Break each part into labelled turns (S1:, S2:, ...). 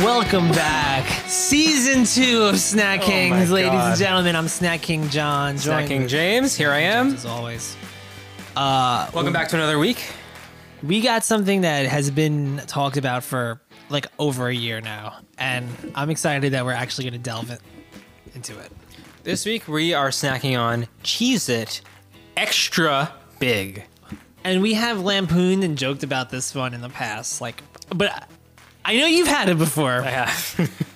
S1: Welcome back. Season two of Snack Kings, ladies and
S2: Oh God.
S1: gentlemen. I'm Snack King John.
S2: Snack
S1: joined
S2: King James, here I am.
S1: as always.
S2: Welcome back to another week.
S1: We got something that has been talked about for like over a year now, and I'm excited that we're actually going to delve it, into it.
S2: This week we are snacking on Cheez It Extra Big.
S1: And we have lampooned and joked about this one in the past, like, but I know you've had it before.
S2: Yeah.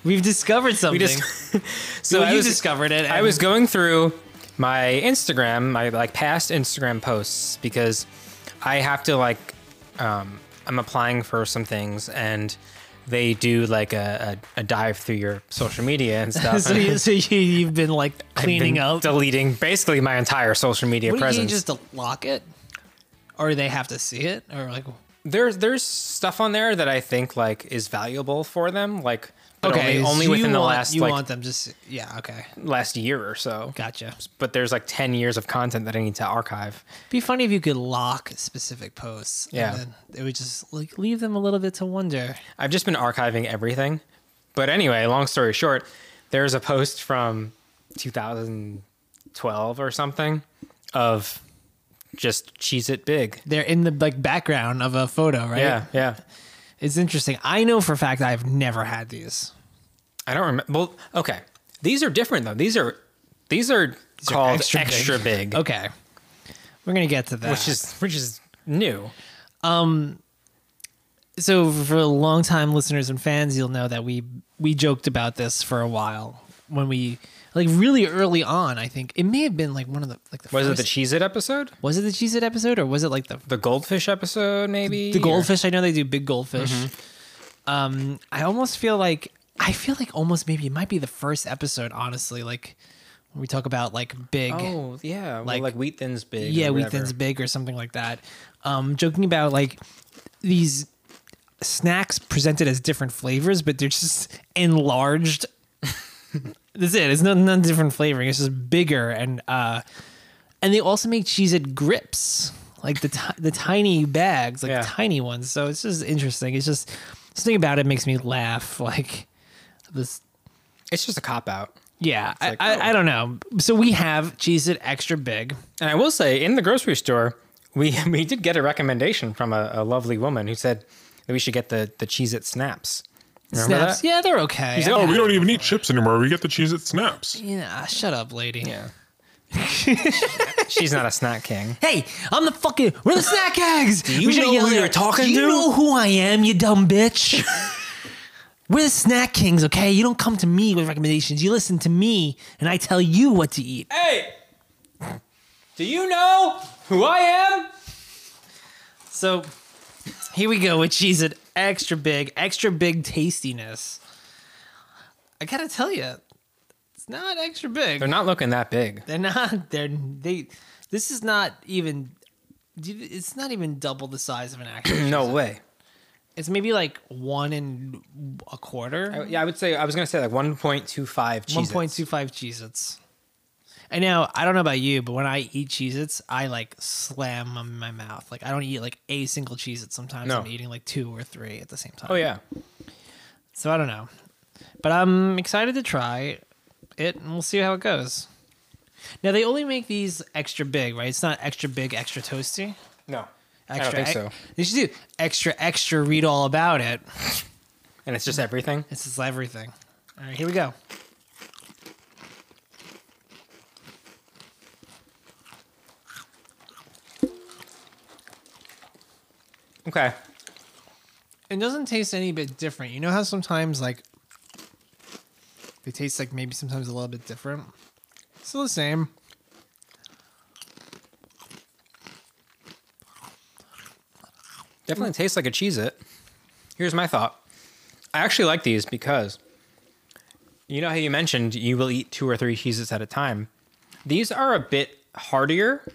S1: We've discovered something.
S2: dis- so
S1: Well,
S2: I
S1: you
S2: was,
S1: discovered it.
S2: I
S1: and-
S2: was going through my Instagram, my like past Instagram posts because I have to like um, I'm applying for some things and they do like a, a, a dive through your social media and stuff.
S1: so, you, so you, you've been like
S2: I've been
S1: cleaning up.
S2: deleting basically my entire social media
S1: Wouldn't
S2: presence.
S1: you just lock it, or they have to see it, or like
S2: there's there's stuff on there that I think like is valuable for them, like but
S1: okay,
S2: only, only
S1: so
S2: within
S1: you
S2: the
S1: want,
S2: last
S1: you
S2: like
S1: want them just yeah okay
S2: last year or so.
S1: gotcha.
S2: But there's like ten years of content that I need to archive.
S1: Be funny if you could lock specific posts. and
S2: Yeah.
S1: then it would just like leave them a little bit to wonder.
S2: I've just been archiving everything. But anyway, long story short, there's a post from 2012 or something of just cheese it big.
S1: They're in the like background of a photo, right?
S2: Yeah, yeah.
S1: it's interesting. I know for a fact I've never had these.
S2: I don't remember. Well, okay, these are different though. These are these are called extra, big,
S1: Okay, we're gonna get to that.
S2: which is which is new.
S1: so for long time listeners and fans you'll know that we we joked about this for a while when we like really early on i think it may have been like one of the like the
S2: Was it
S1: first,
S2: the Cheez It episode?
S1: was it the cheese it episode or was it like the
S2: The goldfish episode, maybe?
S1: the
S2: Or-
S1: goldfish i know they do big goldfish
S2: Mm-hmm.
S1: um i almost feel like i feel like almost maybe it might be the first episode honestly like when we talk about like big
S2: Oh, yeah. Like, well,
S1: Like-
S2: like Wheat Thin's big.
S1: yeah
S2: or
S1: wheat
S2: whatever.
S1: thins big or something like that um joking about like these snacks presented as different flavors but they're just enlarged that's it it's not none different flavoring it's just bigger and uh and they also make cheese at grips like the ti- the tiny bags like
S2: Yeah.
S1: tiny ones so it's just interesting it's just something about it makes me laugh like this
S2: It's just a cop out.
S1: yeah I,
S2: like,
S1: I,
S2: oh.
S1: I don't know so we have cheese it extra big
S2: And I will say, in the grocery store, we we did get a recommendation from a, a lovely woman who said that we should get the, the Cheez It snaps. Remember
S1: snaps
S2: that?
S1: yeah they're okay
S2: said,
S1: I've
S3: Oh,
S1: had
S3: we don't even eat chips anymore. We get the cheese at snaps.
S1: Yeah, shut up, lady.
S2: She's not a snack king.
S1: Hey, I'm the fucking. We're the snack eggs. Do
S2: you know who you're talking
S1: You
S2: to?
S1: know who I am, you dumb bitch. we're the snack kings, okay? You don't come to me with recommendations. You listen to me, and I tell you what to eat.
S2: Hey! Do you know who I am?
S1: So, here we go with cheese at extra big, extra big tastiness. I gotta tell you, it's not extra big.
S2: They're not looking that big.
S1: They're not. They're they. This is not even. It's not even double the size of an actual.
S2: No way.
S1: It's maybe like one and a quarter,
S2: I, yeah, I would say, I was going to say like 1.25 Cheez
S1: one point two five Cheez-Its. And now I don't know about you, but when I eat Cheez-Its, I like slam 'em in my mouth. Like I don't eat like a single Cheez-It. Sometimes
S2: No.
S1: I'm eating like two or three at the same time.
S2: Oh, yeah.
S1: So I don't know, but I'm excited to try it, and we'll see how it goes. Now they only make these extra big, right? It's not extra big, extra toasty.
S2: No.
S1: Extra,
S2: I don't think
S1: e-
S2: so.
S1: They should do extra, extra. Read all about it.
S2: And it's just everything.
S1: This is everything. All right, here we go.
S2: Okay.
S1: It doesn't taste any bit different. You know how sometimes like they taste like maybe sometimes a little bit different. Still the same.
S2: Definitely tastes like a Cheez It. Here's my thought. I actually like these because you know how you mentioned you will eat two or three Cheez Its at a time. These are a bit heartier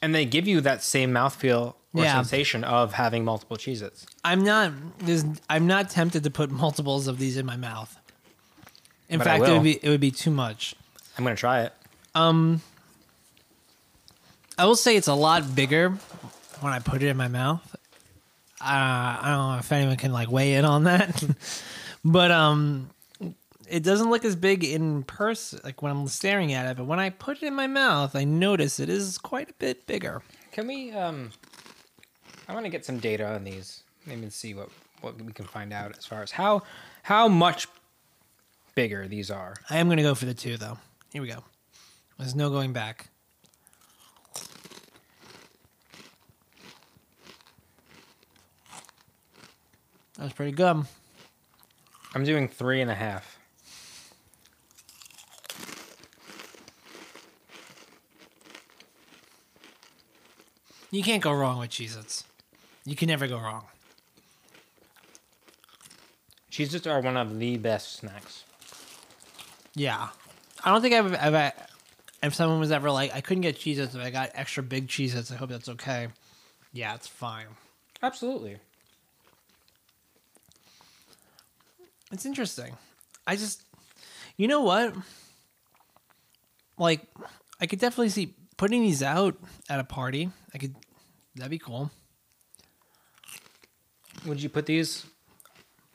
S2: and they give you that same mouthfeel or
S1: Yeah.
S2: sensation of having multiple Cheez Its.
S1: I'm not. There's, I'm not tempted to put multiples of these in my mouth. In
S2: But I
S1: fact, it
S2: will.
S1: would be it would be too much.
S2: I'm going to try it.
S1: I will say it's a lot bigger when I put it in my mouth. Uh, I don't know if anyone can like weigh in on that, But um, it doesn't look as big in person, like when I'm staring at it. But when I put it in my mouth, I notice it is quite a bit bigger.
S2: Can we? Um, I want to get some data on these. Maybe and see what what we can find out as far as how how much bigger these are.
S1: I am gonna go for the two though. Here we go. There's no going back. That was pretty good.
S2: I'm doing three and a half.
S1: You can't go wrong with Cheez-Its. You can never go wrong.
S2: Cheez-Its are one of the best snacks.
S1: Yeah. I don't think I've ever, if someone was ever like, I couldn't get Cheez Its, if I got extra big Cheez Its, I hope that's okay. Yeah, it's fine.
S2: Absolutely.
S1: It's interesting. I just, you know what? Like, I could definitely see putting these out at a party. I could, that'd be cool.
S2: Would you put these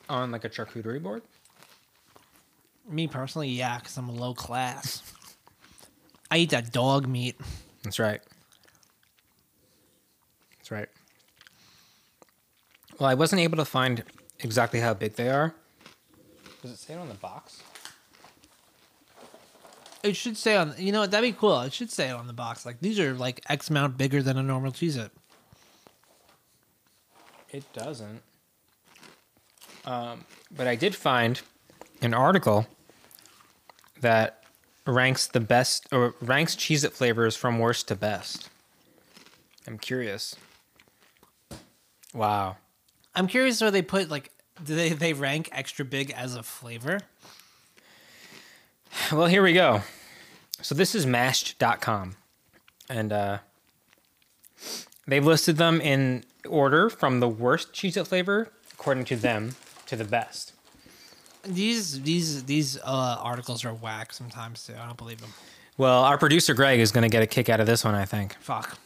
S2: on like a charcuterie board?
S1: Me personally, yeah, because I'm a low class. I eat that dog meat.
S2: That's right. That's right. Well, I wasn't able to find exactly how big they are. Does it say it on the box?
S1: It should say on, you know what, that'd be cool. It should say it on the box. Like, these are like X amount bigger than a normal Cheez It.
S2: It doesn't. Um, but I did find an article that ranks the best or ranks Cheez It flavors from worst to best. I'm curious. Wow.
S1: I'm curious where they put like do they they rank extra big as a flavor?
S2: Well, here we go. So this is mashed.com. And uh, they've listed them in order from the worst Cheez It flavor, according to them, to the best.
S1: These these these uh, articles are whack sometimes too. I don't believe them.
S2: Well, our producer Greg is going to get a kick out of this one, I think.
S1: Fuck.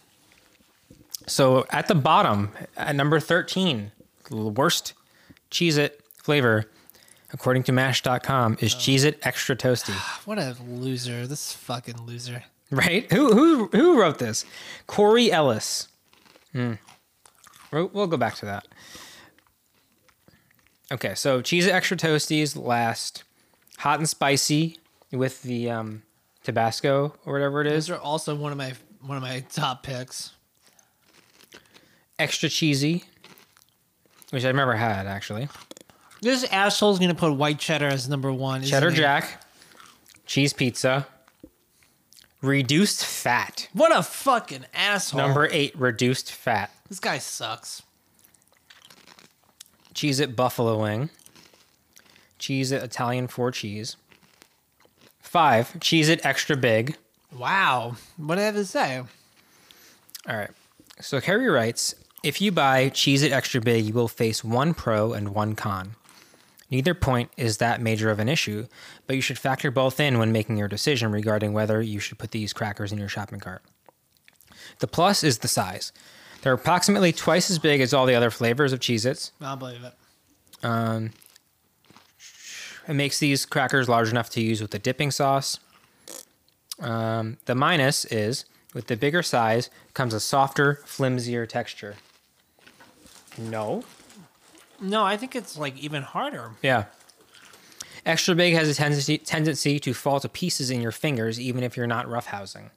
S2: So at the bottom, at number 13, the worst Cheez It flavor, according to mash.com, is Cheez It Extra Toasty.
S1: What a loser. This fucking loser.
S2: Right? Who who who wrote this? Corey Ellis. Hmm. We'll, we'll go back to that. Okay, so cheese extra toasties last, hot and spicy with the um, Tabasco or whatever it is.
S1: These are also one of my one of my top picks.
S2: Extra cheesy, which I have never had actually.
S1: This asshole's gonna put white cheddar as number one. isn't
S2: Cheddar
S1: he?
S2: Jack, cheese pizza, reduced fat.
S1: What a fucking asshole.
S2: Number eight, reduced fat.
S1: This guy sucks.
S2: Cheese It Buffalo Wing. Cheese It Italian Four Cheese. Five, Cheese It Extra Big.
S1: Wow. What do I have to say?
S2: All right. So Carrie writes If you buy Cheese It Extra Big, you will face one pro and one con. Neither point is that major of an issue, but you should factor both in when making your decision regarding whether you should put these crackers in your shopping cart. The plus is the size. They're approximately twice as big as all the other flavors of Cheez Its.
S1: I don't believe it.
S2: It makes these crackers large enough to use with the dipping sauce. Um, the minus is with the bigger size comes a softer, flimsier texture. No.
S1: No, I think it's like even harder.
S2: Yeah. Extra big has a tendency, tendency to fall to pieces in your fingers, even if you're not roughhousing.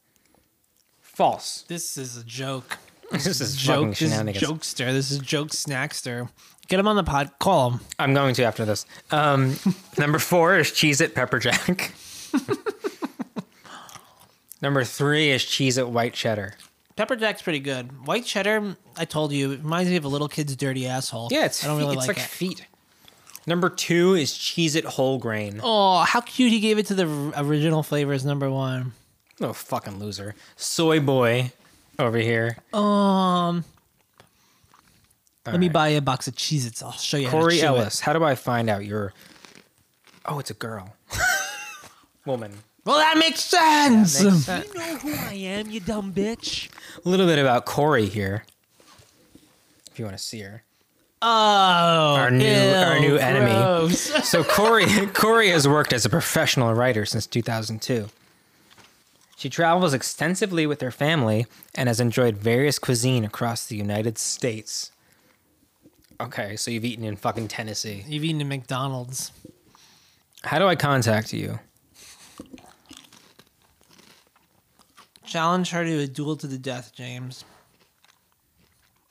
S2: False.
S1: This is a joke.
S2: This is
S1: joke,
S2: fucking
S1: this is
S2: shenanigans.
S1: jokester. This is joke snackster. Get him on the pod. Call him.
S2: I'm going to after this. Um, number four is Cheese It Pepper Jack. number three is Cheese It White Cheddar.
S1: Pepper Jack's pretty good. White cheddar, I told you, it reminds me of a little kid's dirty asshole.
S2: Yeah, it's
S1: I don't really
S2: feet- it's
S1: like,
S2: like
S1: it.
S2: feet. Number two is Cheez It whole grain. Oh,
S1: Oh, how cute he gave it to the r- original flavors number one.
S2: fucking loser. Soy boy over here.
S1: Um, let me
S2: right.
S1: buy you a box of Cheez-Its. I'll show you.
S2: Corey
S1: how to chew it.
S2: Ellis. How do I find out your Oh, it's a girl. Woman.
S1: Well, that makes sense.
S2: makes sense.
S1: you know who I am, you dumb bitch.
S2: A little bit about Corey here. If you want to see her.
S1: Oh,
S2: Our new- our new enemy.
S1: gross.
S2: So Corey Corey has worked as a professional writer since 2002. She travels extensively with her family and has enjoyed various cuisine across the United States. Okay, so you've eaten in fucking Tennessee.
S1: You've eaten at McDonald's.
S2: How do I contact you?
S1: Challenge her to a duel to the death, James.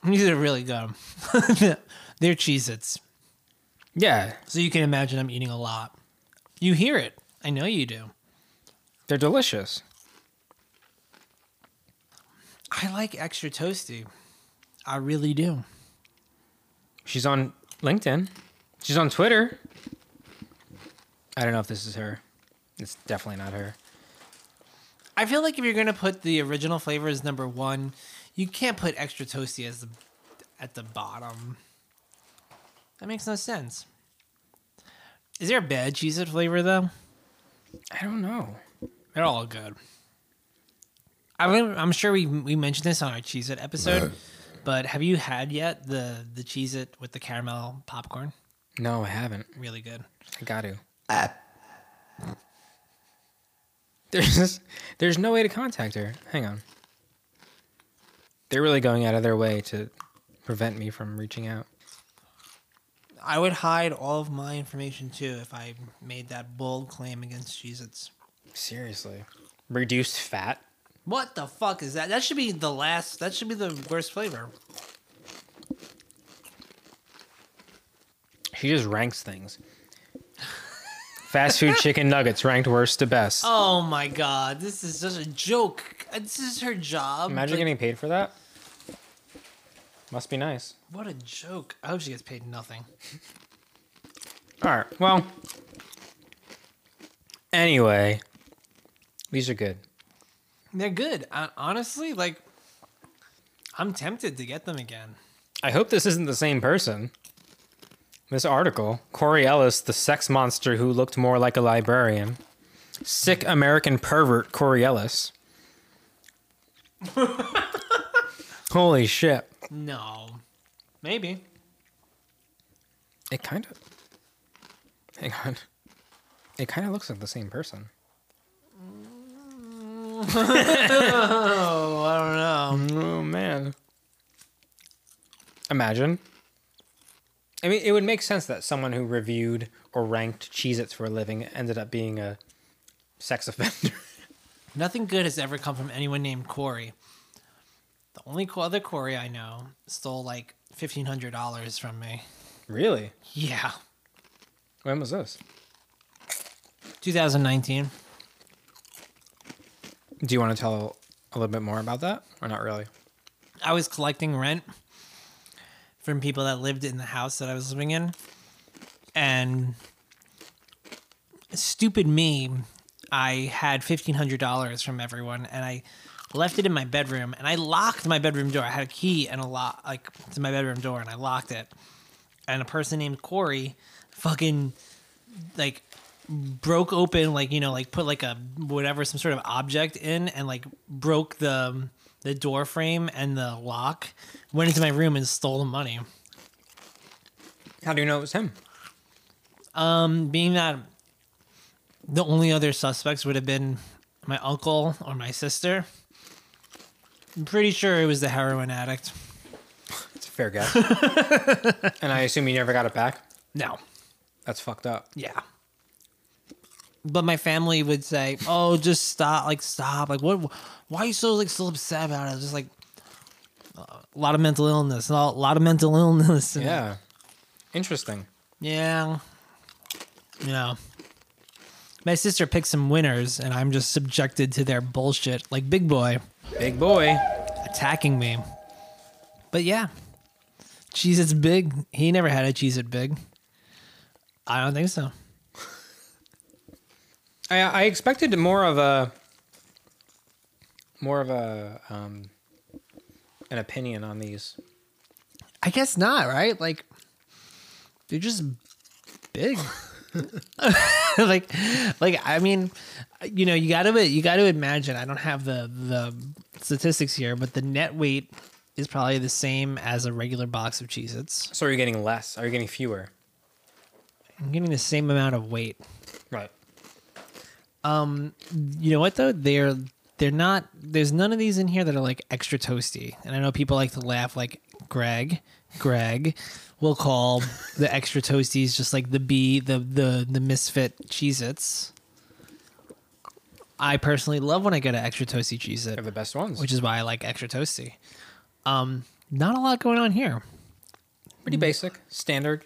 S1: These are really good. They're Cheez Its.
S2: Yeah,
S1: So you can imagine I'm eating a lot. You hear it. I know you do.
S2: they're delicious.
S1: I like extra toasty. I really do.
S2: She's on LinkedIn. She's on Twitter. I don't know if this is her. It's definitely not her.
S1: I feel like if you're gonna put the original flavor as number one, you can't put extra toasty as the at the bottom. That makes no sense. Is there a bad cheese it flavor though?
S2: I don't know.
S1: They're all good. I remember, I'm sure we we mentioned this on our cheese it episode, but have you had yet the the cheese it with the caramel popcorn?
S2: No, I haven't.
S1: Really good.
S2: I got to. There's there's no way to contact her. Hang on. They're really going out of their way to prevent me from reaching out.
S1: I would hide all of my information too if I made that bold claim against Cheez Its.
S2: Seriously. Reduced fat?
S1: What the fuck is that? That should be the last. That should be the worst flavor.
S2: She just ranks things. Fast food chicken nuggets ranked worst to best.
S1: Oh my god, this is just a joke. This is her job.
S2: Imagine
S1: Like,
S2: getting paid for that. Must be nice.
S1: what a joke. I hope she gets paid nothing.
S2: All right. Well, anyway, these are good.
S1: They're good. I, honestly, like, I'm tempted to get them again.
S2: I hope this isn't the same person. This article Corey Ellis, the sex monster who looked more like a librarian. Sick American pervert Corey Ellis. Holy shit.
S1: No, maybe.
S2: It kind of. Hang on. It kind of looks like the same person.
S1: Oh, I don't know.
S2: Oh man. Imagine. I mean, it would make sense that someone who reviewed or ranked Cheez Its for a living ended up being a sex offender.
S1: Nothing good has ever come from anyone named Corey. The only co- other Corey I know stole like fifteen hundred dollars from me.
S2: really?
S1: Yeah,
S2: When was this?
S1: 2019.
S2: Do you want to tell a little bit more about that? Or not really?
S1: I was collecting rent from people that lived in the house that I was living in. And stupid me, I had $1,500 from everyone and I left it in my bedroom and I locked my bedroom door. I had a key and a lock, like to my bedroom door and I locked it. And a person named Corey fucking like broke open like you know like put like a whatever some sort of object in and like broke the the door frame and the lock went into my room and stole the money
S2: How do you know it was him?
S1: um being that the only other suspects would have been my uncle or my sister i'm pretty sure it was the heroin addict
S2: It's a fair guess. and I assume you never got it back?
S1: no
S2: That's fucked up.
S1: Yeah. But my family would say, "Oh, just stop! Like, stop! Like, what? Why are you so like so upset about it?" Just like a lot of mental illness, a lot of mental illness. and-
S2: Yeah. Interesting.
S1: yeah, you know. My sister picks some winners, and I'm just subjected to their bullshit, like Big Boy
S2: Big boy.
S1: attacking me. But yeah, Cheez It's big. He never had a Cheez It big. I don't think so.
S2: I, I expected more of a more of a um, an opinion on these.
S1: I guess not, right? Like they're just big. like like I mean, you know, you got to you got to imagine I don't have the the statistics here, but the net weight is probably the same as a regular box of Cheez Its.
S2: So are you getting less? Are you getting fewer?
S1: I'm getting the same amount of weight.
S2: Right.
S1: You know what though? They're they're not there's none of these in here that are like extra toasty. And I know people like to laugh like Greg, Greg will call the extra toasties just like the bee, the the the misfit Cheez Its. I personally love when I get an extra toasty Cheez It.
S2: They're the best ones.
S1: which is why I like extra toasty. Um, not a lot going on here.
S2: pretty basic, standard.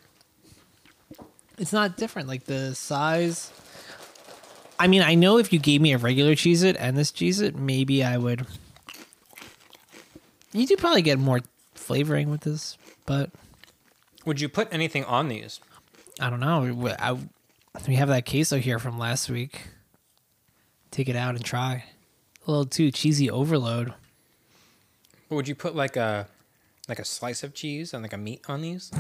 S1: It's not different. Like the size. I mean, I know if you gave me a regular Cheez It and this Cheez It, maybe I would. You do probably get more flavoring with this, but
S2: Would you put anything on these?
S1: I don't know. We- I, we have that queso here from last week. Take it out and try. A little too cheesy overload.
S2: Or would you put like a like a slice of cheese and like a meat on these?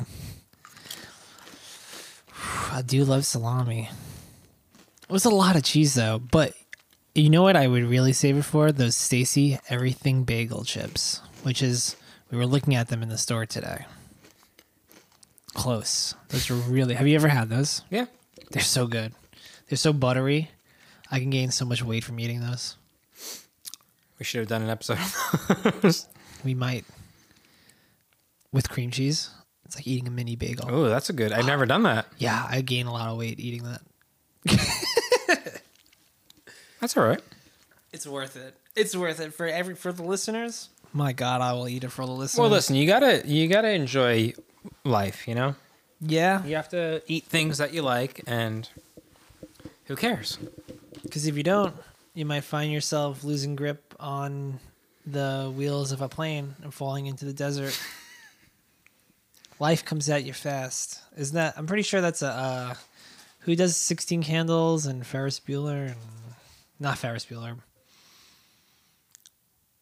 S1: I do love salami. It was a lot of cheese though, but you know what I would really save it for? Those Stacy Everything Bagel Chips, which is we were looking at them in the store today. Close. Those are really. Have you ever had those?
S2: Yeah.
S1: They're so good. They're so buttery. I can gain so much weight from eating those.
S2: We should have done an episode.
S1: We might with cream cheese. It's like eating a mini bagel.
S2: oh, that's a good. I've never done that.
S1: Yeah, I gain a lot of weight eating that.
S2: That's all right.
S1: It's worth it. It's worth it for every for the listeners. My God, I will eat it for the listeners.
S2: Well, listen, you gotta you gotta enjoy life. You know,
S1: yeah,
S2: you have to eat things that you like, and who cares?
S1: because if you don't, you might find yourself losing grip on the wheels of a plane and falling into the desert. Life comes at you fast, isn't that? I'm pretty sure that's a uh, who does 16 candles and Ferris Bueller and not Ferris Bueller.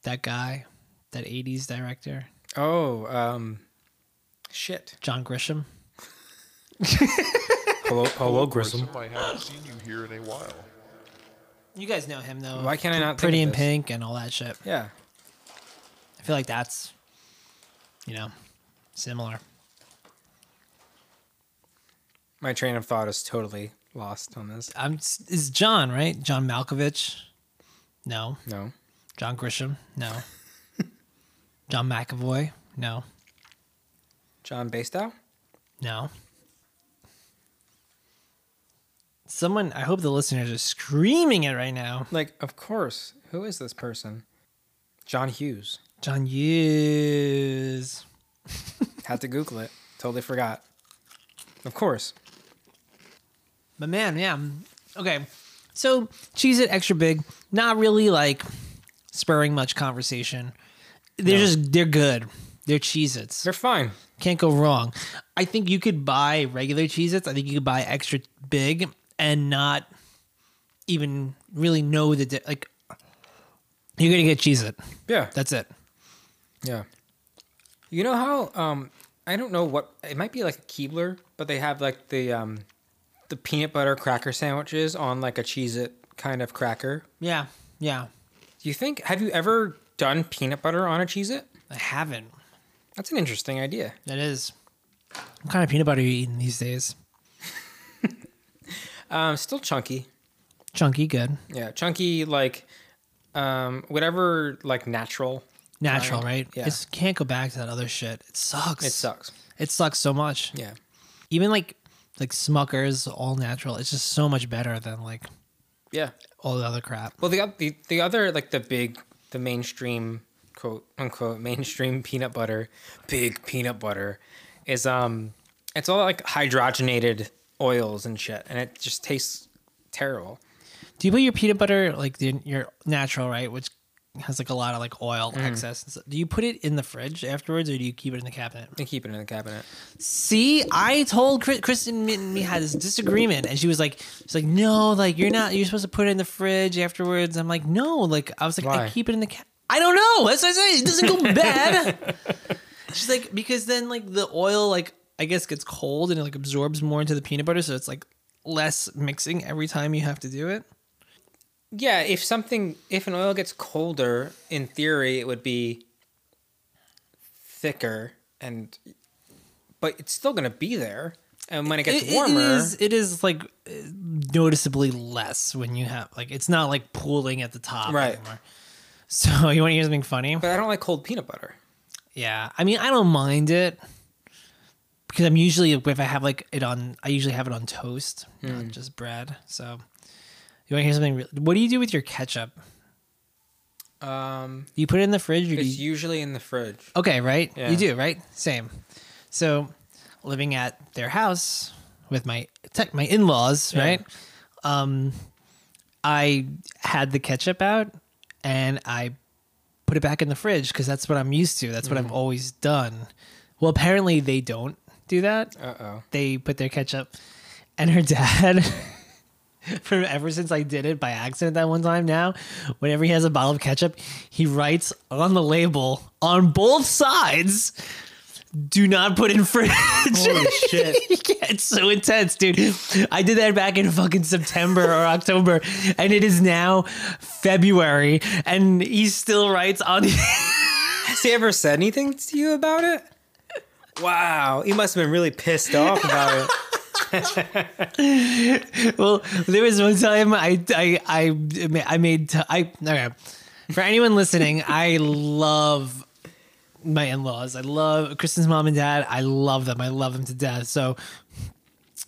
S1: That guy, that 80s director,
S2: Oh, um, shit.
S1: John Grisham.
S2: Hello, hello, Grissom.
S3: I haven't seen you here in a while.
S1: You guys know him though.
S2: Why can't I not? think
S1: Pretty in
S2: of this?
S1: Pink and all that shit.
S2: Yeah.
S1: I feel like that's, you know, similar.
S2: My train of thought is totally lost on this.
S1: I'm is John right? John Malkovich? No.
S2: No.
S1: John Grisham? No. John McAvoy? No.
S2: John Bastow?
S1: No. Someone, I hope the listeners are screaming it right now.
S2: Like, of course. Who is this person? John Hughes.
S1: John Hughes.
S2: Had to Google it. Totally forgot. Of course.
S1: But man, yeah. Okay. So Cheez It extra big, not really like spurring much conversation. They're just they're good. They're Cheez Its.
S2: They're fine.
S1: Can't go wrong. I think you could buy regular Cheez Its. I think you could buy extra big and not even really know the di- like you're gonna get Cheez It.
S2: Yeah.
S1: That's it.
S2: Yeah. You know how um I don't know what it might be like a Keebler, but they have like the um the peanut butter cracker sandwiches on like a Cheez It kind of cracker.
S1: Yeah. Yeah.
S2: Do you think have you ever done peanut butter on a Cheez It?
S1: I haven't.
S2: That's an interesting idea.
S1: That is. What kind of peanut butter are you eating these days?
S2: Um still chunky.
S1: Chunky, good.
S2: Yeah, chunky like um whatever like natural.
S1: natural,
S2: Right.
S1: right?
S2: Yeah.
S1: It's can't go back to that other shit. It sucks.
S2: It sucks.
S1: It sucks so much.
S2: Yeah.
S1: Even like like Smuckers, all natural. It's just so much better than like
S2: Yeah.
S1: all the other crap.
S2: Well, the, oth- the the other like the big the mainstream quote unquote mainstream peanut butter, big peanut butter, is um it's all like hydrogenated oils and shit, and it just tastes terrible.
S1: Do you put your peanut butter like the, your natural, right, which has like a lot of like oil excess? And stuff. Do you put it in the fridge afterwards, or do you keep it in the cabinet?
S2: They keep it in the cabinet.
S1: See, I told Chris, Kristen me, me had this disagreement, and she was like, "She's like, no, like you're not. You're supposed to put it in the fridge afterwards." I'm like, "No, like I was like, I
S2: Why?
S1: keep it in the cat. I don't know. That's what I say. It doesn't go bad." She's like, because then like the oil like I guess gets cold and it like absorbs more into the peanut butter, so it's like less mixing every time you have to do it.
S2: Yeah, if something if an oil gets colder, in theory, it would be thicker and but it's still gonna be there. And when it gets
S1: It- it
S2: warmer,
S1: is- it is like uh, noticeably less when you have like it's not like pooling at the top
S2: Right.
S1: anymore. So you want to hear something funny?
S2: but I don't like cold peanut butter.
S1: Yeah, I mean, I don't mind it because I'm usually if I have like it on, I usually have it on toast,
S2: Hmm.
S1: not just bread. So, you want to hear something? Real, what do you do with your ketchup?
S2: Um,
S1: Do you put it in the fridge? Or do
S2: it's
S1: you,
S2: usually in the fridge.
S1: okay, right?
S2: Yeah.
S1: You do, right? Same. So, living at their house with my tech, my in laws,
S2: Yeah.
S1: right? Um, I had the ketchup out and I put it back in the fridge because that's what I'm used to. That's what
S2: Mm.
S1: I've always done. Well, apparently they don't do that.
S2: Uh oh.
S1: They put their ketchup, and her dad. From ever since I did it by accident that one time now, whenever he has a bottle of ketchup, he writes on the label on both sides, do not put in fridge.
S2: Holy shit.
S1: Yeah, it's so intense, dude. I did that back in fucking September or October, and it is now February, and he still writes on.
S2: Has he ever said anything to you about it? Wow, he must have been really pissed off about it.
S1: well, there was one time I I I I made t- I okay. For anyone listening, I love my in-laws. I love Kristen's mom and dad. I love them. I love them to death. So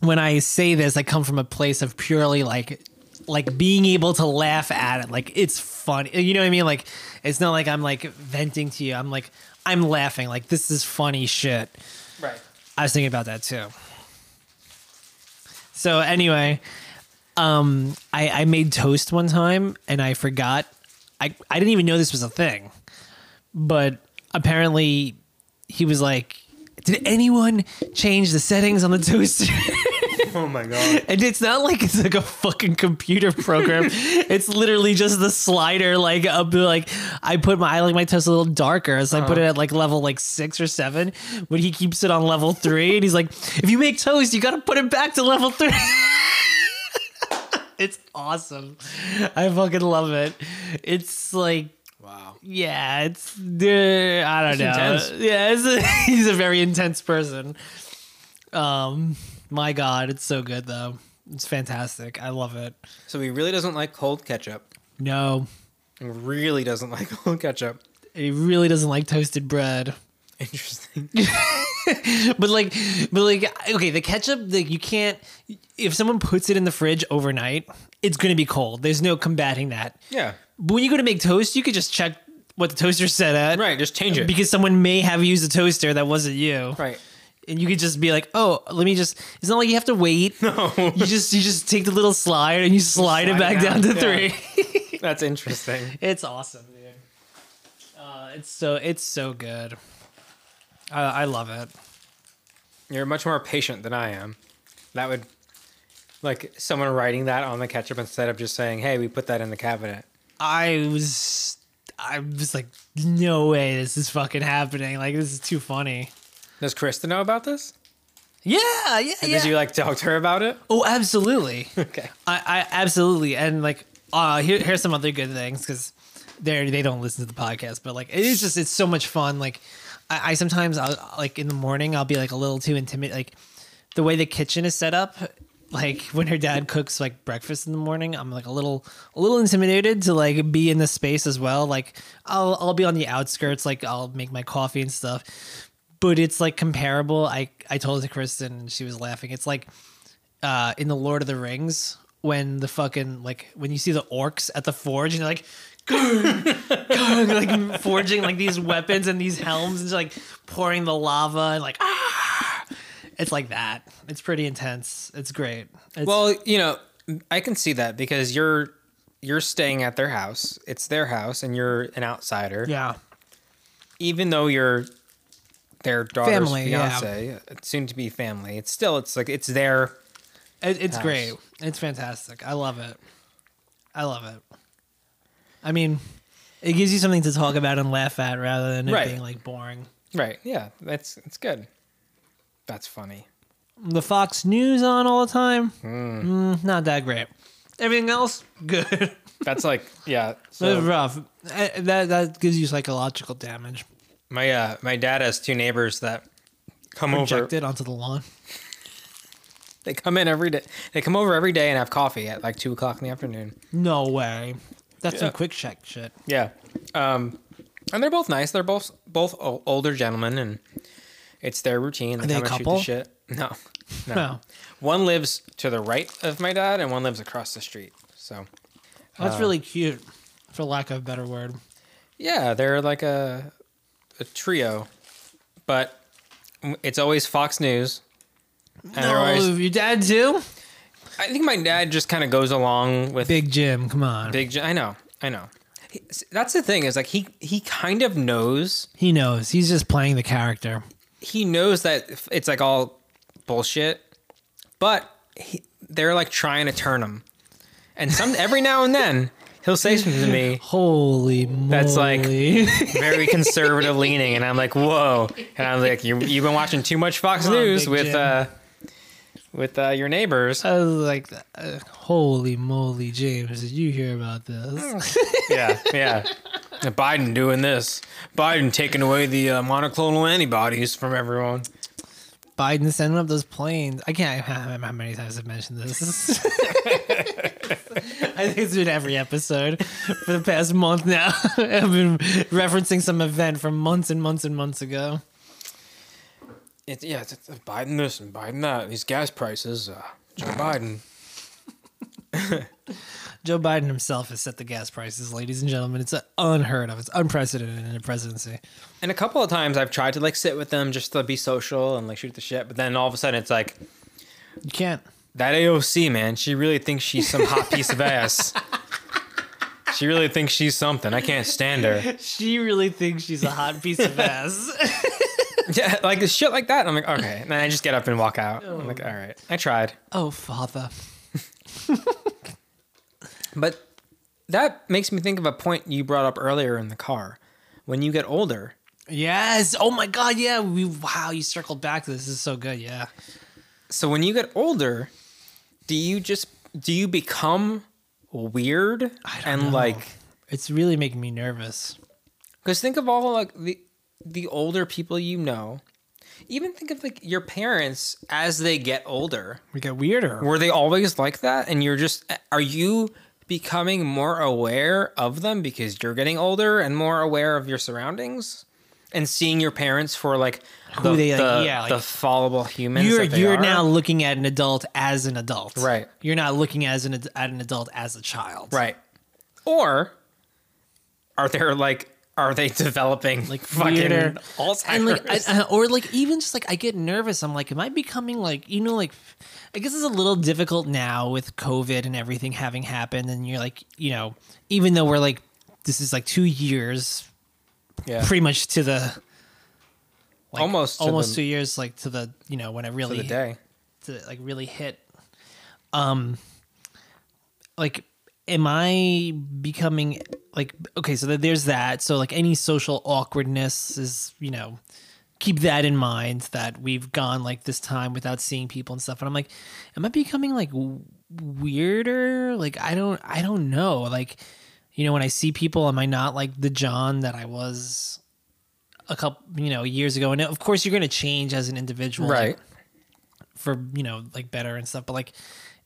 S1: when I say this, I come from a place of purely like like being able to laugh at it. Like it's funny. You know what I mean? Like it's not like I'm like venting to you. I'm like I'm laughing. Like this is funny shit.
S2: Right.
S1: I was thinking about that too. So anyway, um, I, I made toast one time and I forgot. I I didn't even know this was a thing, but apparently he was like, "Did anyone change the settings on the toaster?"
S2: Oh my god.
S1: and it's not like it's like a fucking computer program. it's literally just the slider. Like up, like I put my I like my toast a little darker, so I put it at like level like six or seven. But he keeps it on level three, and he's like, "If you make toast, you got to put it back to level three. it's awesome. I fucking love it. It's like.
S2: Wow.
S1: Yeah, it's dude, I don't know.
S2: intense.
S1: Yeah, it's a, he's a very intense person. Um, my God, it's so good though. It's fantastic. I love it.
S2: So he really doesn't like cold ketchup.
S1: No,
S2: He really doesn't like cold ketchup.
S1: he really doesn't like toasted bread.
S2: Interesting.
S1: But like, but like, okay, the ketchup, like, you can't. If someone puts it in the fridge overnight, it's gonna be cold. There's no combating that.
S2: Yeah.
S1: But when you go to make toast, you could just check what the toaster said at.
S2: Right, just change it.
S1: Because someone may have used a toaster that wasn't you.
S2: Right.
S1: and you could just be like, "Oh, let me just." It's not like you have to wait. No, you just you just take the little slide and you slide, it
S2: Slide
S1: back
S2: it
S1: down
S2: down,
S1: to
S2: yeah.
S1: three.
S2: That's interesting.
S1: It's awesome, dude. Uh, it's so it's so good. I, I love it.
S2: You're much more patient than I am. That would like someone writing that on the ketchup instead of just saying, "Hey, we put that in the cabinet."
S1: I was I was like, no way, this is fucking happening. Like this is too funny.
S2: Does Krista know about this?
S1: Yeah, yeah, yeah.
S2: Did you like talk to her about it?
S1: oh, absolutely.
S2: Okay.
S1: I, I absolutely and like uh here, here's some other good things because they they don't listen to the podcast but like it is just it's so much fun like I, I sometimes I'll like in the morning I'll be like a little too intimidated like the way the kitchen is set up like when her dad cooks like breakfast in the morning I'm like a little a little intimidated to like be in the space as well like I'll I'll be on the outskirts like I'll make my coffee and stuff but it's like comparable I I told it to Kristen and she was laughing it's like uh, in the Lord of the Rings when the fucking like when you see the orcs at the forge and they're like, "Grr, grr," like forging like these weapons and these helms and just, like pouring the lava and like, ah! it's like that. It's pretty intense. It's great. It's,
S2: Well, you know, I can see that because you're you're staying at their house. It's their house, and you're an outsider.
S1: yeah,
S2: Even though you're their daughter's
S1: Family, yeah.
S2: fiance, soon to be family. It's still it's like it's their
S1: it, it's
S2: House.
S1: great. It's fantastic. I love it. I love it. I mean, it gives you something to talk about and laugh at rather than it
S2: Right.
S1: being like boring.
S2: right. Yeah, that's it's good. That's funny.
S1: the Fox News on all the time.
S2: Hmm.
S1: Mm, not that great. Everything else, good.
S2: That's like yeah.
S1: That's
S2: So
S1: rough. Eh, That that gives you psychological damage.
S2: My uh, my dad has two neighbors that come over.
S1: projected onto the lawn.
S2: They come in every day. They come over every day and have coffee at like two o'clock in the afternoon.
S1: No way. That's
S2: Yeah.
S1: some quick check shit.
S2: Yeah. Um, and they're both nice. They're both both o- older gentlemen, and it's their routine. Are
S1: they a couple?
S2: Shoot the shit. No, no.
S1: No.
S2: One lives to the right of my dad, and one lives across the street. So
S1: That's really cute, for lack of a better word.
S2: yeah, they're like a a trio, but it's always Fox News. And they're always-
S1: No, your dad too?
S2: I think my dad just kind of goes along with
S1: Big Jim, come on.
S2: Big J- I know, I know. He- That's the thing is like he he kind of knows
S1: He knows. He's just playing the character.
S2: he knows that f- it's like all bullshit, but he, they're like trying to turn him. And some every now and then he'll say something to me
S1: Holy moly.
S2: That's like- very conservative leaning, and I'm like, whoa! And I'm like, you, you've been watching too much Fox
S1: Come on,
S2: News
S1: Big
S2: with
S1: Jim.
S2: uh, with uh, your neighbors.
S1: I was like, uh, holy moly, James, did you hear about this?
S2: yeah, yeah. And Biden doing this. Biden taking away the uh, monoclonal antibodies from everyone.
S1: Biden sending up those planes. I can't I don't know how many times I've mentioned this. I think it's been every episode for the past month now. I've been referencing some event from months and months and months ago.
S2: It's yeah, it's, it's Biden this and Biden that. These gas prices. Uh, Joe Biden.
S1: Joe Biden himself has set the gas prices, ladies and gentlemen. It's unheard of. It's unprecedented in a presidency.
S2: And a couple of times I've tried to like sit with them just to be social and like shoot the shit, but then all of a sudden it's like
S1: You can't.
S2: that AOC man, she really thinks she's some hot piece of ass. She really thinks she's something. I can't stand her.
S1: She really thinks she's a hot piece of ass.
S2: Yeah, like shit like that. I'm like, okay. And then I just get up and walk out. I'm like, all right. I tried.
S1: oh, father.
S2: But that makes me think of a point you brought up earlier in the car. When you get older,
S1: Yes. Oh my God. Yeah. We. Wow. You circled back. to This This is so good. Yeah.
S2: so when you get older, do you just do you become weird
S1: I don't
S2: and
S1: know.
S2: like
S1: It's really making me nervous.
S2: Because think of all like the the older people you know. Even think of like your parents as they get older.
S1: We get weirder.
S2: Were they always like that? And you're just are you becoming more aware of them because you're getting older and more aware of your surroundings and seeing your parents for like
S1: Who
S2: the,
S1: they, like,
S2: the,
S1: yeah, like-
S2: the fallible humans.
S1: You're
S2: that they
S1: you're
S2: are.
S1: now looking at an adult as an adult.
S2: Right.
S1: You're not looking as an ad- at an adult as a child.
S2: right, or are there like are they developing like fucking
S1: weirder-
S2: Alzheimer's?
S1: and like I, I- or like even just like i get nervous i'm like am i becoming like you know like i guess it's a little difficult now with covid and everything having happened and you're like you know even though we're like this is like two years
S2: yeah.
S1: pretty much to the like,
S2: Almost to
S1: almost
S2: the-
S1: two years like to the you know when it
S2: for
S1: really
S2: the day.
S1: to like really hit um like am i becoming like okay so th- there's that so like any social awkwardness is you know keep that in mind that we've gone like this time without seeing people and stuff and i'm like am i becoming like w- weirder like i don't i don't know like you know when i see people am i not like the john that i was a couple you know years ago and of course you're going to change as an individual like,
S2: Right.
S1: for you know like better and stuff but like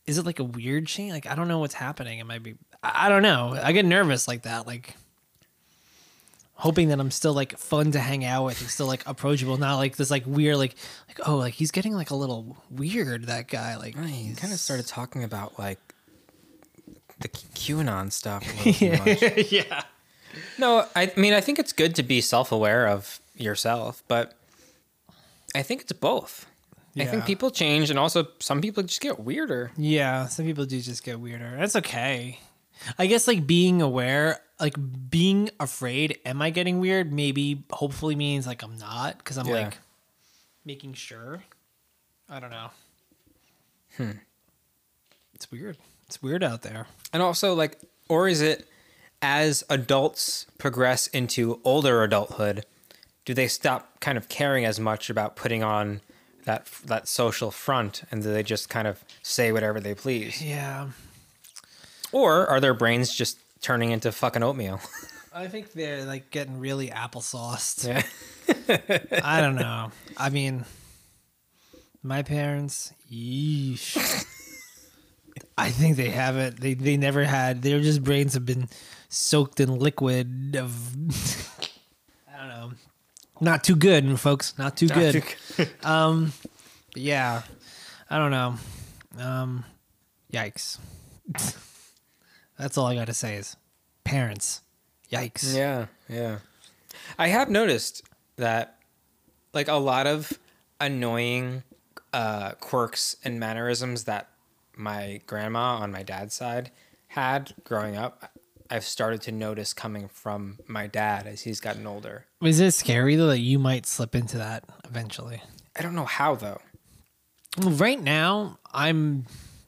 S1: is it like a weird change like i don't know what's happening it might be i I don't know i get nervous like that like hoping that i'm still like fun to hang out with and still like approachable not like this like weird like like oh like he's getting like a little weird that guy like
S2: You kind of started talking about like the Q- QAnon stuff. A little too much.
S1: yeah
S2: no, I mean I think it's good to be self-aware of yourself, but I think it's both. I think
S1: Yeah.
S2: people change, and also some people just get weirder.
S1: yeah some people do just get weirder that's okay i guess like being aware like being afraid am i getting weird maybe hopefully means like i'm not because i'm
S2: Yeah.
S1: like making sure. I don't know. It's weird. It's weird out there.
S2: And also, like, or is it as adults progress into older adulthood, do they stop kind of caring as much about putting on that that social front, and do they just kind of say whatever they please?
S1: Yeah.
S2: Or are their brains just turning into fucking oatmeal?
S1: I think they're like getting really applesauced.
S2: Yeah.
S1: I don't know. I mean, my parents, yeesh. I think they have it. They they never had. Their just brains have been soaked in liquid of. I don't know. Not too good, folks. Not too good. But yeah, I don't know. Um, yikes. That's all I got to say is parents. Yikes.
S2: Yeah, yeah. I have noticed that, like, a lot of annoying uh, quirks and mannerisms that my grandma on my dad's side had growing up, I've started to notice coming from my dad as he's gotten older.
S1: Is it scary though that you might slip into that eventually?
S2: I don't know how though.
S1: Well, Right now, I'm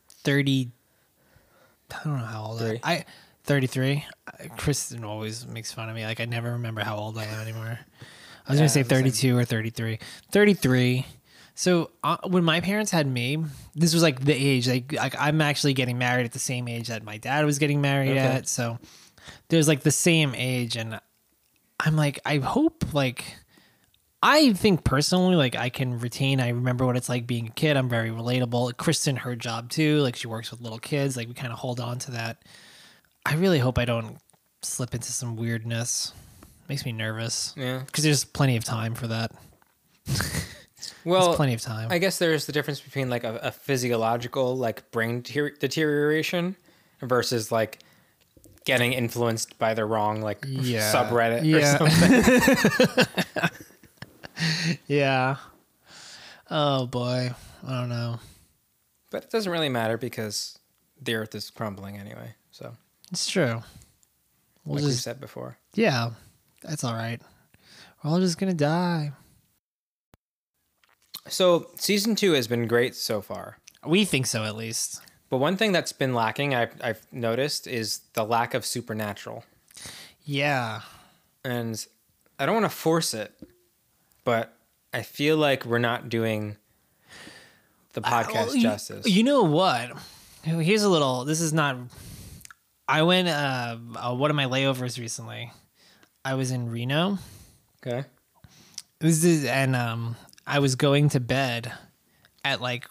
S1: 30. I don't know how old
S2: Three.
S1: I I 33. I- Kristen always makes fun of me. Like, I never remember how old I am anymore. I was
S2: Yeah,
S1: going to say
S2: I'm the same.
S1: 32 or 33. 33. So, uh, when my parents had me, this was like the age. Like, like, I'm actually getting married at the same age that my dad was getting married
S2: Okay.
S1: at. So, there's like the same age. And I'm like, I hope, like, I think personally, like I can retain. I remember what it's like being a kid. I'm very relatable. Kristen, her job too. Like she works with little kids. Like we kind of hold on to that. I really hope I don't slip into some weirdness. Makes me nervous.
S2: Yeah.
S1: Because there's plenty of time for that.
S2: Well,
S1: plenty of time.
S2: I guess there's the difference between like a, a physiological like brain ter- deterioration versus like getting influenced by the wrong like
S1: Yeah.
S2: subreddit
S1: Yeah.
S2: or something.
S1: Yeah. Oh boy. I don't know.
S2: but it doesn't really matter because the earth is crumbling anyway. So,
S1: It's true. We'll
S2: like we
S1: just
S2: said before,
S1: yeah. That's all right. We're all just gonna die.
S2: so season two has been great so far.
S1: We think so at least.
S2: But one thing that's been lacking, I've, I've noticed, is the lack of supernatural.
S1: Yeah.
S2: and I don't want to force it, but I feel like we're not doing the podcast
S1: Well, oh, you-
S2: justice.
S1: You, know what? Here's a little. This is not. I went uh, uh one of my layovers recently. I was in Reno.
S2: okay.
S1: This is and um I was going to bed at like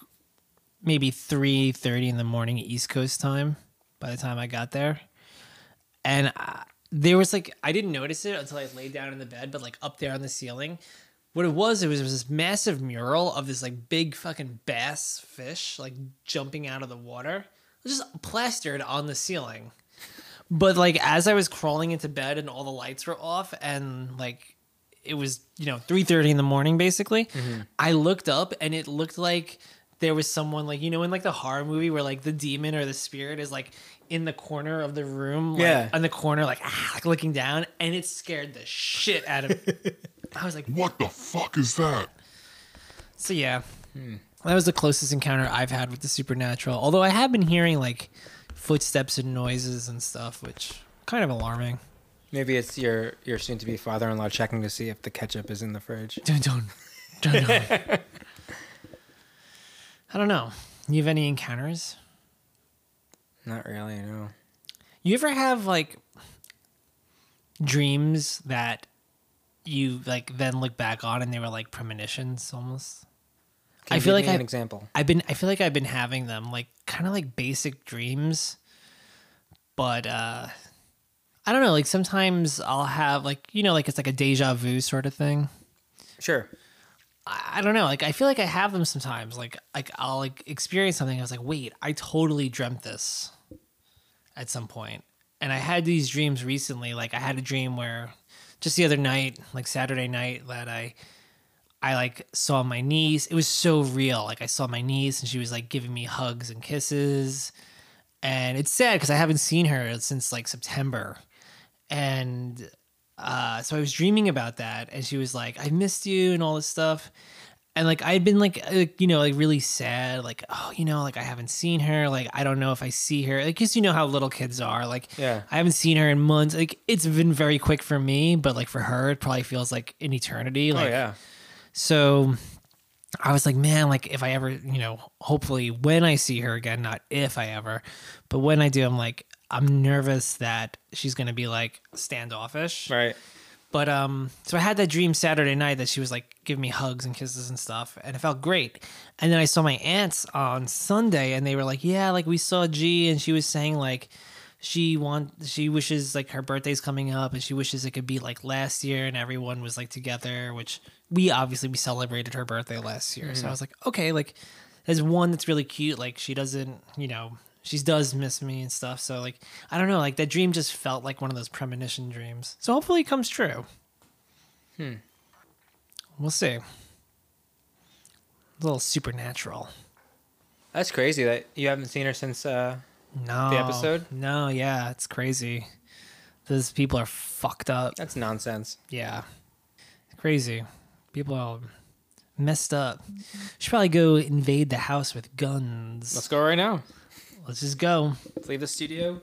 S1: maybe three thirty in the morning East Coast time. By the time I got there, and I, there was like I didn't notice it until I laid down in the bed, but like up there on the ceiling, what it was it was, it was this massive mural of this like big fucking bass fish like jumping out of the water, just plastered on the ceiling. But like as I was crawling into bed and all the lights were off and like it was you know 3:30 in the morning basically, I looked up and it looked like there was someone like you know in like the horror movie where like the demon or the spirit is like in the corner of the room like,
S2: Yeah.
S1: on the corner like, ah, like looking down and it scared the shit out of me. I was like
S3: What the fuck is that?
S1: so yeah, that was the closest encounter I've had with the supernatural. Although I have been hearing like footsteps and noises and stuff, which kind of alarming.
S2: Maybe it's your your soon to be father in law checking to see if the ketchup is in the fridge.
S1: Dun, dun, dun, dun. I don't know. You have any encounters?
S2: Not really, no.
S1: You ever have like dreams that you like then look back on and they were like premonitions almost?
S2: Can
S1: I
S2: you
S1: feel like
S2: give me an
S1: I-
S2: example.
S1: I've been I feel like I've been having them like kind of like basic dreams but uh I don't know like sometimes I'll have like you know like it's like a deja vu sort of thing
S2: Sure.
S1: I, I don't know like I feel like I have them sometimes like like I'll like experience something I was like wait I totally dreamt this at some point and I had these dreams recently like I had a dream where just the other night like Saturday night that I I like saw my niece. It was so real. Like I saw my niece and she was like giving me hugs and kisses. And it's sad because I haven't seen her since like September. And uh, so I was dreaming about that and she was like, I missed you and all this stuff. And like I had been like, like you know like really sad like oh you know like I haven't seen her like I don't know if I see her like because you know how little kids are like
S2: Yeah.
S1: I haven't seen her in months like it's been very quick for me but like for her it probably feels like an eternity like
S2: oh yeah.
S1: so I was like, man, like if I ever, you know, hopefully when I see her again, not if I ever, but when I do, I'm like, I'm nervous that she's gonna be like standoffish.
S2: Right.
S1: But um, so I had that dream Saturday night that she was like giving me hugs and kisses and stuff, and it felt great. And then I saw my aunts on Sunday, and they were like, "Yeah, like we saw G, and she was saying like she want she wishes like her birthday's coming up, and she wishes it could be like last year, and everyone was like together, which we obviously we celebrated her birthday last year. So I was like, okay, like there's one that's really cute. Like she doesn't, you know, she does miss me and stuff. So like I don't know, like that dream just felt like one of those premonition dreams. So hopefully it comes true. Hmm. We'll see. A little supernatural.
S2: That's crazy that you haven't seen her since. Uh,
S1: No.
S2: episode?
S1: No, yeah, it's crazy. Those people are fucked up.
S2: that's nonsense.
S1: Yeah. Crazy. People are messed up. Should probably go invade the house with guns.
S2: Let's go right now.
S1: Let's just go.
S2: Let's leave the studio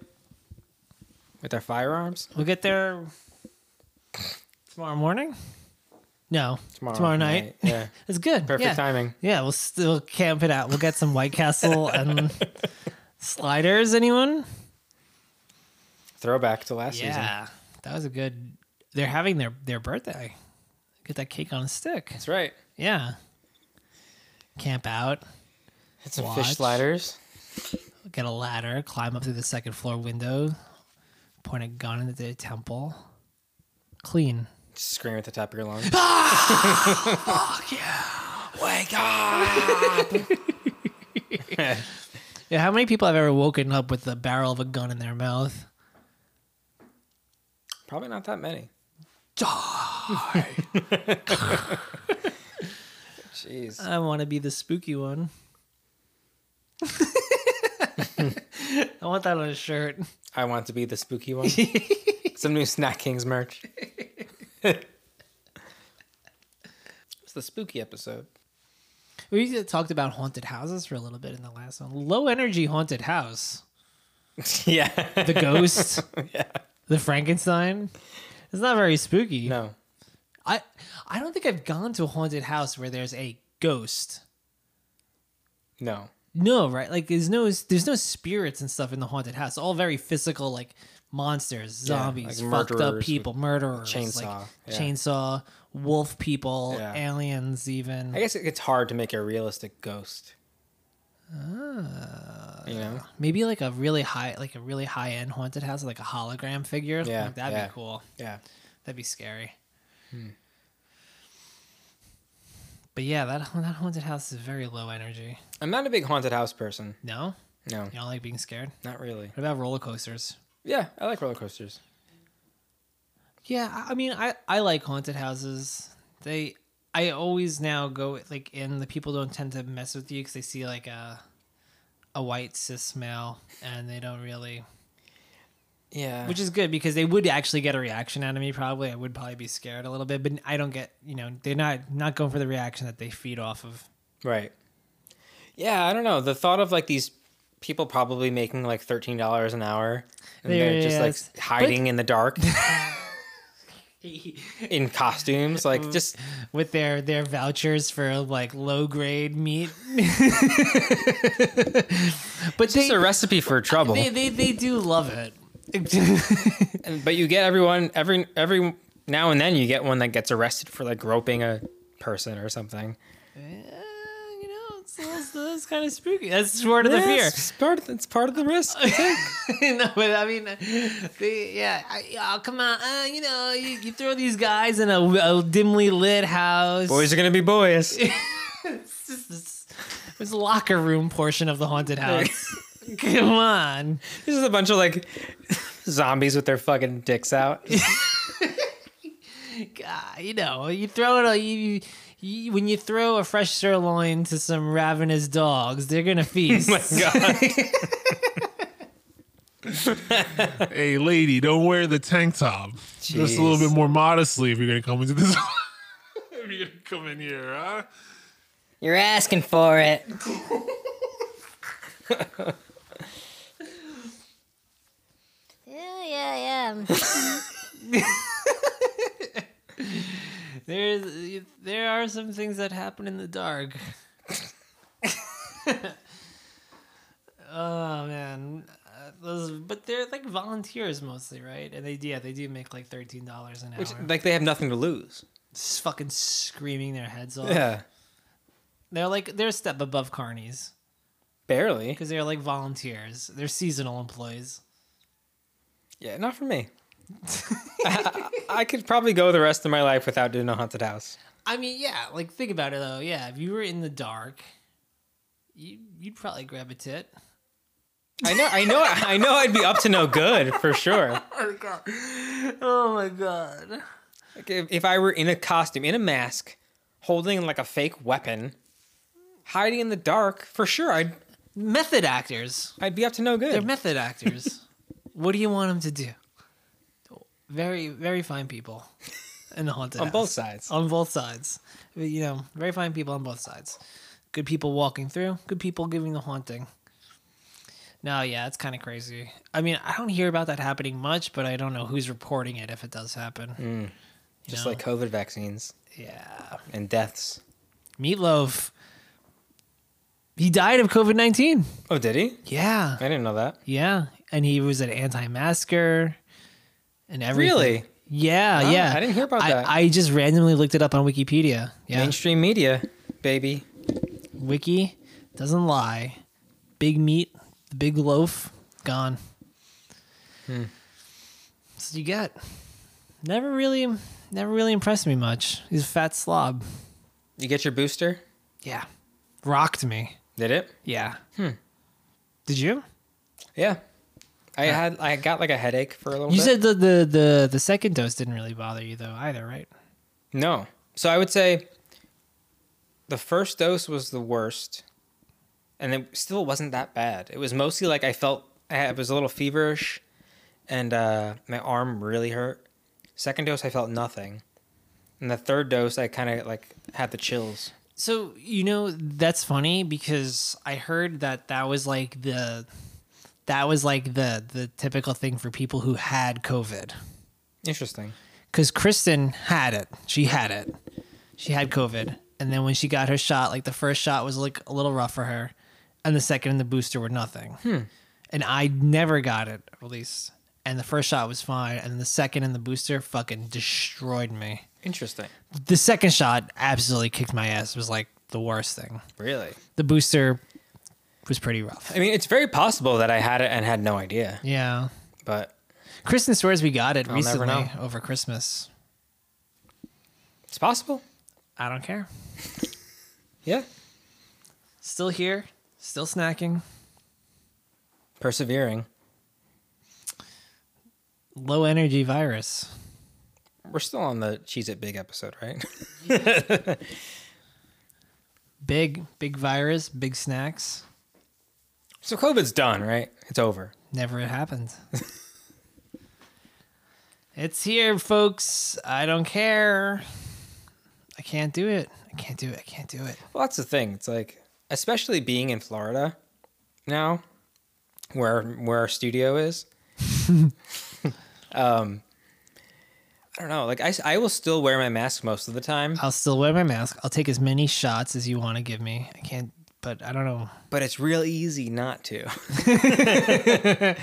S2: with our firearms.
S1: We'll get there tomorrow morning. No, tomorrow, night.
S2: Yeah.
S1: It's good.
S2: Perfect
S1: yeah.
S2: timing.
S1: Yeah, we'll still camp it out. We'll get some White Castle and sliders. Anyone?
S2: Throwback to last season.
S1: Yeah, that was a good. They're having their their birthday. Get that cake on a stick.
S2: That's right.
S1: Yeah. Camp out.
S2: It's some
S1: Watch.
S2: fish sliders.
S1: Get a ladder. Climb up through the second floor window. Point a gun at the temple. Clean.
S2: Just scream at the top of your lungs. Ah,
S1: Wake up! yeah, how many people have ever woken up with the barrel of a gun in their mouth?
S2: Probably not that many. Die. Jeez.
S1: I want to be the spooky one. I want that on a shirt.
S2: I want to be the spooky one. Some new Snack Kings merch. it's the spooky episode.
S1: We talked about haunted houses for a little bit in the last one. Low energy haunted house.
S2: yeah.
S1: The ghost. The Frankenstein. It's not very spooky.
S2: No.
S1: I I don't think I've gone to a haunted house where there's a ghost.
S2: No.
S1: No, right? Like there's no there's no spirits and stuff in the haunted house. All very physical, like monsters, zombies,
S2: like
S1: fucked up
S2: murderers
S1: people, murderers,
S2: chainsaw,
S1: like
S2: yeah.
S1: chainsaw, wolf people,
S2: Yeah.
S1: aliens, even
S2: I guess it- it's hard to make a realistic ghost. you know?
S1: maybe like a really high, like a really high end haunted house, like a hologram figure.
S2: Yeah,
S1: Like, that'd
S2: yeah. Hmm.
S1: be cool.
S2: Yeah.
S1: That'd be scary. But yeah, that that haunted house is very low energy.
S2: I'm not a big haunted house person.
S1: No,
S2: No,
S1: you don't like being scared.
S2: not really.
S1: What about roller coasters?
S2: Yeah, I like roller coasters.
S1: Yeah, I- I mean, I I like haunted houses. They, I always now go like in. The people don't tend to mess with you because they see like a, a white cis male, and they don't really,
S2: Yeah.
S1: which is good because they would actually get a reaction out of me. Probably, I would probably be scared a little bit, but I don't get. You know, they're not not going for the reaction that they feed off of.
S2: Right. Yeah, I don't know. The thought of like these people probably making like thirteen dollars an hour and they're just
S1: Yes.
S2: like hiding in the dark in costumes, like just
S1: With their their vouchers for like low grade meat, but
S2: just
S1: they,
S2: a recipe for trouble.
S1: they they they do love it.
S2: And- but you get everyone every every now and then you get one that gets arrested for like groping a person or something.
S1: Yeah, you know, it's, it's, it's kind of spooky. That's part of the
S2: Yeah,
S1: fear.
S2: It's part of, it's part of the risk.
S1: no, but I mean, they, yeah, I, oh, come on. Uh, you know, you, you throw these guys in a, a dimly lit house.
S2: boys are gonna be boys.
S1: It's just this- There's a locker room portion of the haunted house. come on.
S2: This is a bunch of like zombies with their fucking dicks out.
S1: God, Uh, you know, you throw it, all- you, you, when you throw a fresh sirloin to some ravenous dogs, they're going to feast.
S4: Hey, lady, don't wear the tank top. Just a little bit more modestly if you're gonna come into this. if you're gonna come in here, huh?
S5: You're asking for it. yeah, yeah, yeah.
S1: There's there are some things that happen in the dark. oh man, uh, those but but they're like volunteers mostly, right? And they yeah, they do make like thirteen dollars an hour.
S2: Which, like, they have nothing to lose.
S1: Just fucking screaming their heads off.
S2: Yeah.
S1: They're like they're a step above carnies
S2: Barely.
S1: because they're like volunteers. They're seasonal employees.
S2: Yeah, not for me. I, I could probably go the rest of my life without doing a haunted house.
S1: I mean, yeah, like think about it though. Yeah, if you were in the dark, you you'd probably grab a tit.
S2: I know, I know, I know. I'd be up to no good for sure.
S1: Oh my god.
S2: Like if, if I were in a costume, in a mask, holding like a fake weapon, hiding in the dark, for sure, I'd
S1: Method actors.
S2: I'd be up to no
S1: They're
S2: good.
S1: method actors. what do you want them to do? Very very fine people in the haunted
S2: on
S1: house.
S2: both sides.
S1: on both sides. But, You know, very fine people on both sides. Good people walking through, good people giving the haunting. No, yeah, it's kind of crazy. I mean, I don't hear about that happening much, but I don't know who's reporting it if it does happen. You
S2: Mm. Just
S1: know?
S2: like COVID vaccines
S1: yeah,
S2: and deaths.
S1: Meatloaf. He died of COVID nineteen.
S2: Oh, did he?
S1: Yeah,
S2: I didn't know that.
S1: yeah, and he was an anti-masker, and everything.
S2: Really?
S1: Yeah,
S2: Wow,
S1: yeah.
S2: I didn't hear about
S1: I-
S2: that.
S1: I just randomly looked it up on Wikipedia. Yeah.
S2: Mainstream media, baby.
S1: Wiki doesn't lie. Big meat, the big loaf, gone.
S2: Hmm.
S1: So you get never really, never really impressed me much. He's a fat slob.
S2: You get your booster?
S1: Yeah, rocked me.
S2: Did it?
S1: Yeah. Hmm. Did you?
S2: Yeah. I had I got like a headache for a little
S1: You
S2: bit.
S1: said the, the the the second dose didn't really bother you though either, right?
S2: No. So I would say the first dose was the worst, and it still wasn't that bad. It was mostly like I felt I had- was a little feverish, and uh, my arm really hurt. Second dose, I felt nothing, and the third dose, I kind of like had the chills.
S1: So you know that's funny because I heard that that was like the that was like the the typical thing for people who had COVID.
S2: Interesting.
S1: because Kristen had it. She had it. She had COVID, and then when she got her shot, like the first shot was like a little rough for her, and the second and the booster were nothing. And I never got it, at least. And the first shot was fine, and the second and the booster fucking destroyed me.
S2: Interesting.
S1: The second shot absolutely kicked my ass. It was like the worst thing.
S2: Really.
S1: The booster was pretty rough.
S2: I mean, it's very possible that I had it and had no idea,
S1: Yeah.
S2: but
S1: Kristen swears we got it
S2: I'll never
S1: recently
S2: know.
S1: over Christmas.
S2: it's possible.
S1: I don't care.
S2: Yeah.
S1: Still here, still snacking.
S2: Persevering.
S1: low energy virus.
S2: We're still on the Cheese It Big episode, right?
S1: Big, big virus, big snacks.
S2: so COVID's done, right? It's over.
S1: Never it happened. it's here, folks. I don't care. I can't do it. I can't do it. I can't do it.
S2: Well, that's the thing. It's like, especially being in Florida now, where where our studio is. um, I don't know. Like, I, s- I will still wear my mask most of the time,
S1: I'll still wear my mask. I'll take as many shots as you want to give me. I can't, but I don't know.
S2: but it's real easy not to.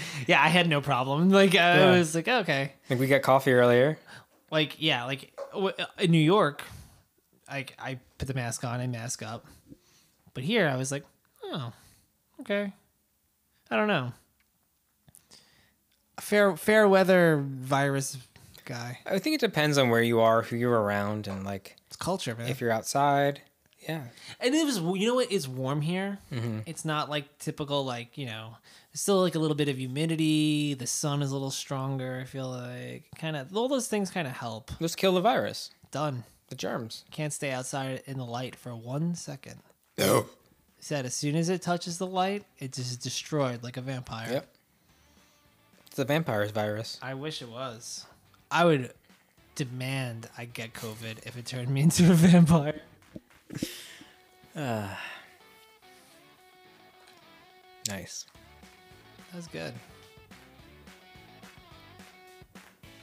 S1: Yeah, I had no problem. Like, I
S2: Yeah.
S1: was like, okay.
S2: like, we got coffee earlier.
S1: Like, yeah, like w- uh, in New York, like I put the mask on and mask up. But here I was like, oh, okay. I don't know. Fair fair weather virus guy.
S2: I think it depends on where you are, who you're around, and like
S1: It's culture, man.
S2: if you're outside. Yeah.
S1: and it was you know what? It's warm here. It's not like typical like you know. It's still like a little bit of humidity. The sun is a little stronger. I feel like kind of all those things kind of help.
S2: Let's kill the virus,
S1: Done.
S2: the germs.
S1: Can't stay outside in the light for one second.
S2: No.
S1: Said as soon as it touches the light, it just destroyed like a vampire.
S2: Yep. It's the vampire's virus.
S1: I wish it was. I would demand I get COVID if it turned me into a vampire.
S2: Nice.
S1: That's good.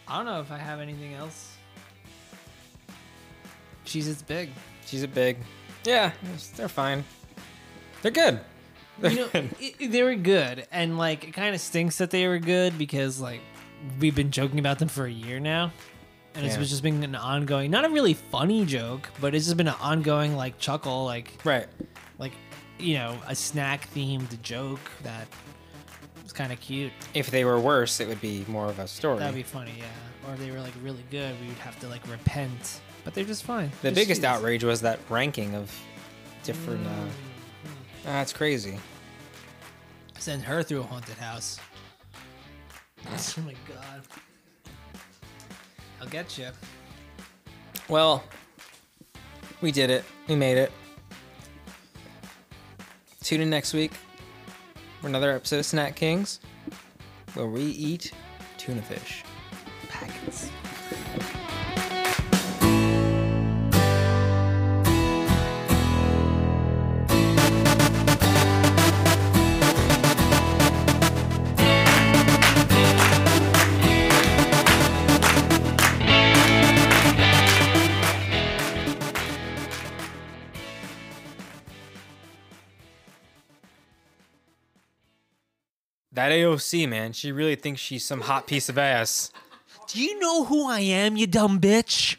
S1: I don't know if I have anything else. She's it's big.
S2: She's a big. Yeah, they're fine. They're good.
S1: you know, it, it- they were good, and like it kind of stinks that they were good because like we've been joking about them for a year now, and
S2: Yeah.
S1: it's just been an ongoing, not a really funny joke, but it's just been an ongoing like chuckle, like
S2: Right.
S1: like you know a snack themed joke that was kind of cute.
S2: If they were worse, it would be more of a story.
S1: That'd be funny, yeah. Or if they were like really good, we would have to like repent, but they're just fine.
S2: the
S1: They're
S2: biggest
S1: sweets.
S2: outrage was that ranking of different. Uh, that's crazy.
S1: Send her through a haunted house. Oh my god. I'll get you.
S2: Well, we did it. We made it. Tune in next week for another episode of Snack Kings, where we eat tuna fish.
S5: Packets.
S2: That AOC man, she really thinks she's some hot piece of ass.
S1: Do you know who I am, you dumb bitch?